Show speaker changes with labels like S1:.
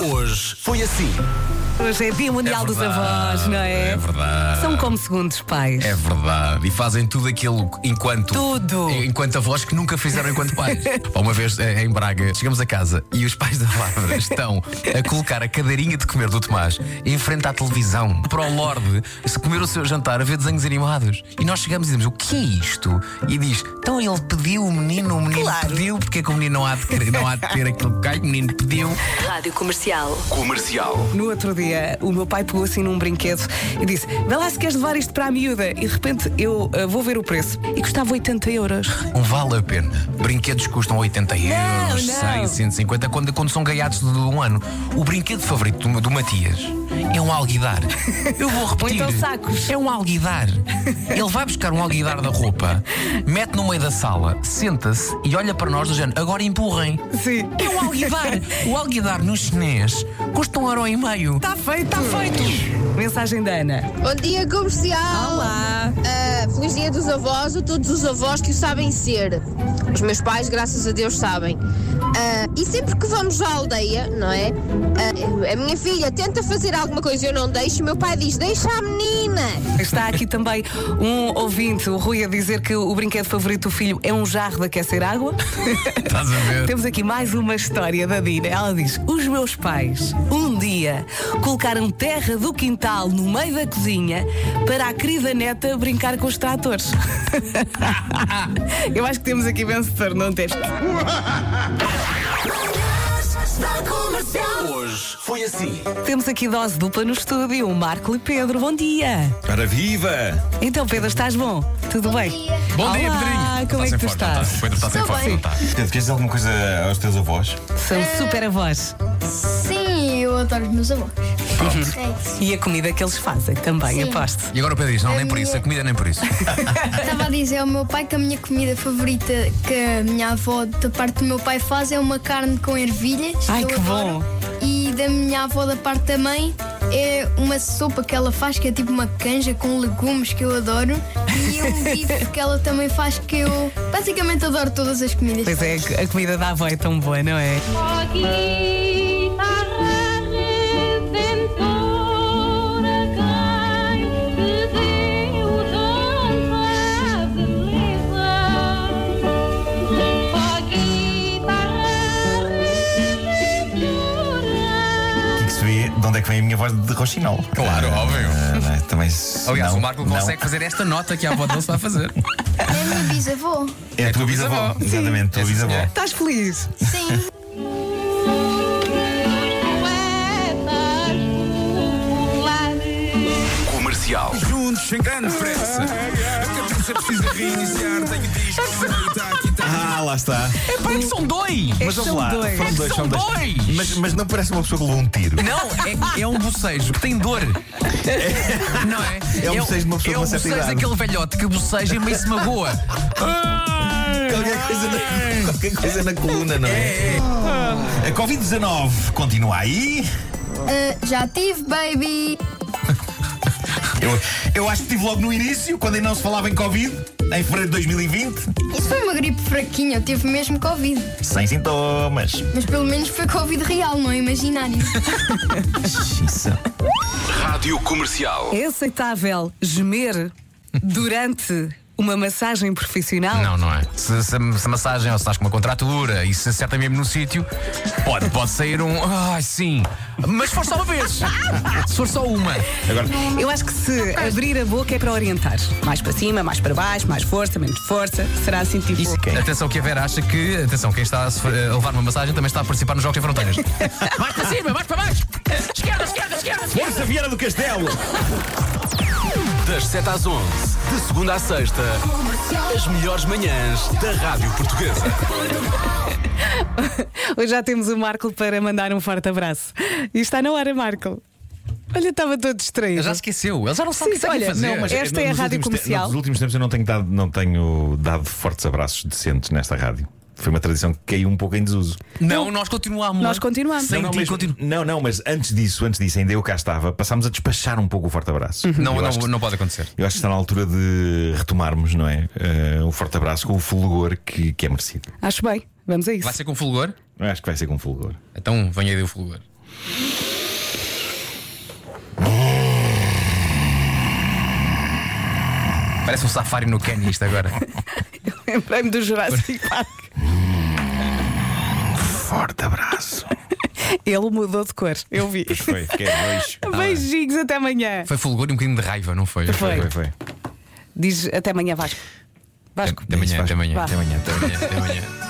S1: Hoje foi assim.
S2: Hoje é Dia Mundial dos
S1: verdade,
S2: Avós, não é?
S1: é verdade.
S2: São como segundos pais.
S1: É verdade. E fazem tudo aquilo enquanto.
S2: Tudo.
S1: Enquanto avós que nunca fizeram enquanto pais. Pá, Uma vez eh, em Braga, chegamos a casa e os pais da Bárbara estão a colocar a cadeirinha de comer do Tomás em frente à televisão para o Lorde se comer o seu jantar a ver desenhos animados. E nós chegamos e dizemos: O que é isto? E diz: Então ele pediu o menino, o menino
S2: Claro.
S1: pediu, porque é que o menino não há de, querer- não há de ter aquilo que o menino pediu.
S3: Rádio Comercial.
S2: No outro dia, o meu pai pegou assim num brinquedo e disse: Vê lá se queres levar isto para a miúda. E de repente eu ah, vou ver o preço. E custava 80 euros.
S1: Não vale a pena. Brinquedos custam 80 euros,
S2: não.
S1: 100, 150, quando, quando são gaiados de um ano. O brinquedo favorito do, do Matias é um alguidar. Eu vou repetir.
S2: então sacos.
S1: É um alguidar. Ele vai buscar um alguidar da roupa, mete no meio da sala, senta-se e olha para nós do género, agora empurrem.
S2: Sim.
S1: É um alguidar. O alguidar no chinês custa um euro e meio.
S2: Está feito, está feito. Mensagem da Ana.
S4: Bom dia, comercial!
S2: Olá.
S4: Ah, feliz dia dos avós a todos os avós que o sabem ser. Os meus pais, graças a Deus, sabem. Ah, e sempre que vamos à aldeia, não é? Ah, a minha filha tenta fazer alguma coisa e eu não deixo, o meu pai diz: Deixa a menina!
S2: Está aqui também um ouvinte, o Rui, a dizer que o brinquedo favorito do filho é um jarro de aquecer água.
S1: Estás a ver?
S2: Temos aqui mais uma história da Dina. Ela diz: Os meus pais, um dia, colocaram terra do quintal no meio da cozinha para a querida neta brincar com os tratores. Eu acho que temos aqui vencedor, não tens?
S5: Hoje foi assim.
S2: Temos aqui dose dupla no estúdio, o Marco e Pedro. Bom dia.
S5: Para viva!
S2: Então, Pedro, estás bom? Tudo bem?
S1: Bom dia,
S2: Olá,
S1: Pedrinho. Tá
S2: Como é que
S1: sem
S2: tu
S1: forma,
S2: estás?
S1: O Pedro está sem forma, não tá. está.
S5: Pedro, queres dizer alguma coisa aos teus avós?
S2: São super avós.
S6: Sim, eu adoro os meus avós. É
S2: E a comida que eles fazem também,
S6: Sim.
S2: aposto.
S1: E agora o Pedro diz, não, nem por isso, a comida nem por isso.
S6: Estava a dizer ao meu pai que a minha comida favorita que a minha avó, da parte do meu pai, faz é uma carne com ervilhas.
S2: Ai,
S6: eu
S2: que
S6: adoro.
S2: bom.
S6: E da minha avó, da parte da mãe, é uma sopa que ela faz que é tipo uma canja com legumes que eu adoro. E um bife que ela também faz que eu basicamente adoro todas as comidas.
S2: Pois é, a comida da avó é tão boa, não é?
S5: Que que se vê de onde é que vem a minha voz de roxinol.
S1: Claro, óbvio.
S5: Ah, não é? também se-
S1: Aliás,
S5: não,
S1: o Marco
S5: não.
S1: consegue fazer esta nota que a avó dele está a fazer.
S6: É a minha bisavó.
S5: É a tua bisavó. Exatamente, tua bisavó.
S2: Estás feliz?
S6: Sim.
S7: Juntos sem grande pressa. A cabeça precisa reiniciar. Tenho disco, está aqui, está aqui.
S5: Ah, lá está.
S1: Pá, que são dois!
S2: É
S5: Mas
S2: que
S5: vamos lá.
S2: são dois.
S5: Foram dois,
S1: São
S5: são dois.
S1: dois!
S5: Mas, mas não parece uma pessoa que levou um tiro.
S1: Não, é, é um bocejo que tem dor. Não é?
S5: É um bocejo de uma pessoa
S1: é
S5: com
S1: um
S5: uma certa
S1: bocejo
S5: idade.
S1: daquele velhote que boceja e meio se magoa.
S5: Qualquer coisa, na, qualquer coisa na coluna, não é? A Covid-19 continua aí.
S6: Ah, já tive, baby.
S5: Eu, eu acho que estive logo no início, quando ainda não se falava em Covid, em fevereiro de 2020.
S6: Isso foi uma gripe fraquinha, eu tive mesmo Covid.
S5: Sem sintomas.
S6: Mas pelo menos foi Covid real, não é imaginário.
S5: Xiça.
S7: Rádio Comercial.
S2: É aceitável gemer durante uma massagem profissional?
S1: Não, não é. Se, se, a- se a massagem ou se estás com uma contratura e se acerta mesmo no sítio, pode, pode sair um. Ai, sim. Mas se for só uma vez. Se for só uma.
S5: Agora,
S2: Eu acho que se abrir a boca é para orientar. Mais para cima, mais para baixo, mais força, menos força. Será assim tipo.
S5: isso quem?
S1: Atenção que a Vera acha que, atenção, quem está a, sofrer- a levar uma massagem também está a participar nos Jogos Sem Fronteiras. mais para cima, mais para baixo! Esquerda, esquerda, esquerda!
S5: Força Vieira do Castelo!
S7: Das 7 às 11, de segunda à sexta, as melhores manhãs da Rádio Portuguesa.
S2: Hoje já temos o Marco para mandar um forte abraço. E está na hora, Marco. Olha, estava todo distraído.
S1: Ele já esqueceu, ele já não sabe o
S2: Sim,
S1: que tem que
S2: olha,
S1: fazer.
S2: não, mas- Esta
S5: Eh,
S2: é a
S5: nos
S2: rádio
S5: últimos te-
S2: comercial.
S5: Nos últimos tempos eu não tenho, dado, não tenho dado fortes abraços decentes nesta rádio. Foi uma tradição que caiu um pouco em desuso.
S1: Não, nós continuamos.
S2: Nós continuamos.
S1: Sem
S5: não,
S1: ti,
S5: mas,
S1: continu-
S5: não, não, mas antes disso, antes disso, ainda eu cá estava, passámos a despachar um pouco o forte abraço.
S1: Uhum. Não,
S5: eu
S1: não,
S5: acho que,
S1: não pode acontecer.
S5: eu acho que está na altura de retomarmos, não é? Eh, um forte abraço com o fulgor que, que é merecido.
S2: Acho bem. Vamos a isso.
S1: Vai ser com fulgor?
S5: Eu acho que vai ser com fulgor.
S1: Então venha aí o fulgor. Parece um safari no Quênia isto agora.
S2: Lembrei-me do Jurassic Park.
S5: Forte abraço.
S2: Ele mudou de cor, eu vi.
S5: Foi, Tá fiquei dois.
S2: Beijinhos, até amanhã.
S1: Foi fulgor e um bocadinho de raiva, não foi?
S2: Foi.
S5: Ah, Foi, foi.
S2: Diz até amanhã, Vasco. Vasco.
S1: Até amanhã, até amanhã,
S2: Vá.
S1: até amanhã, até amanhã, até amanhã.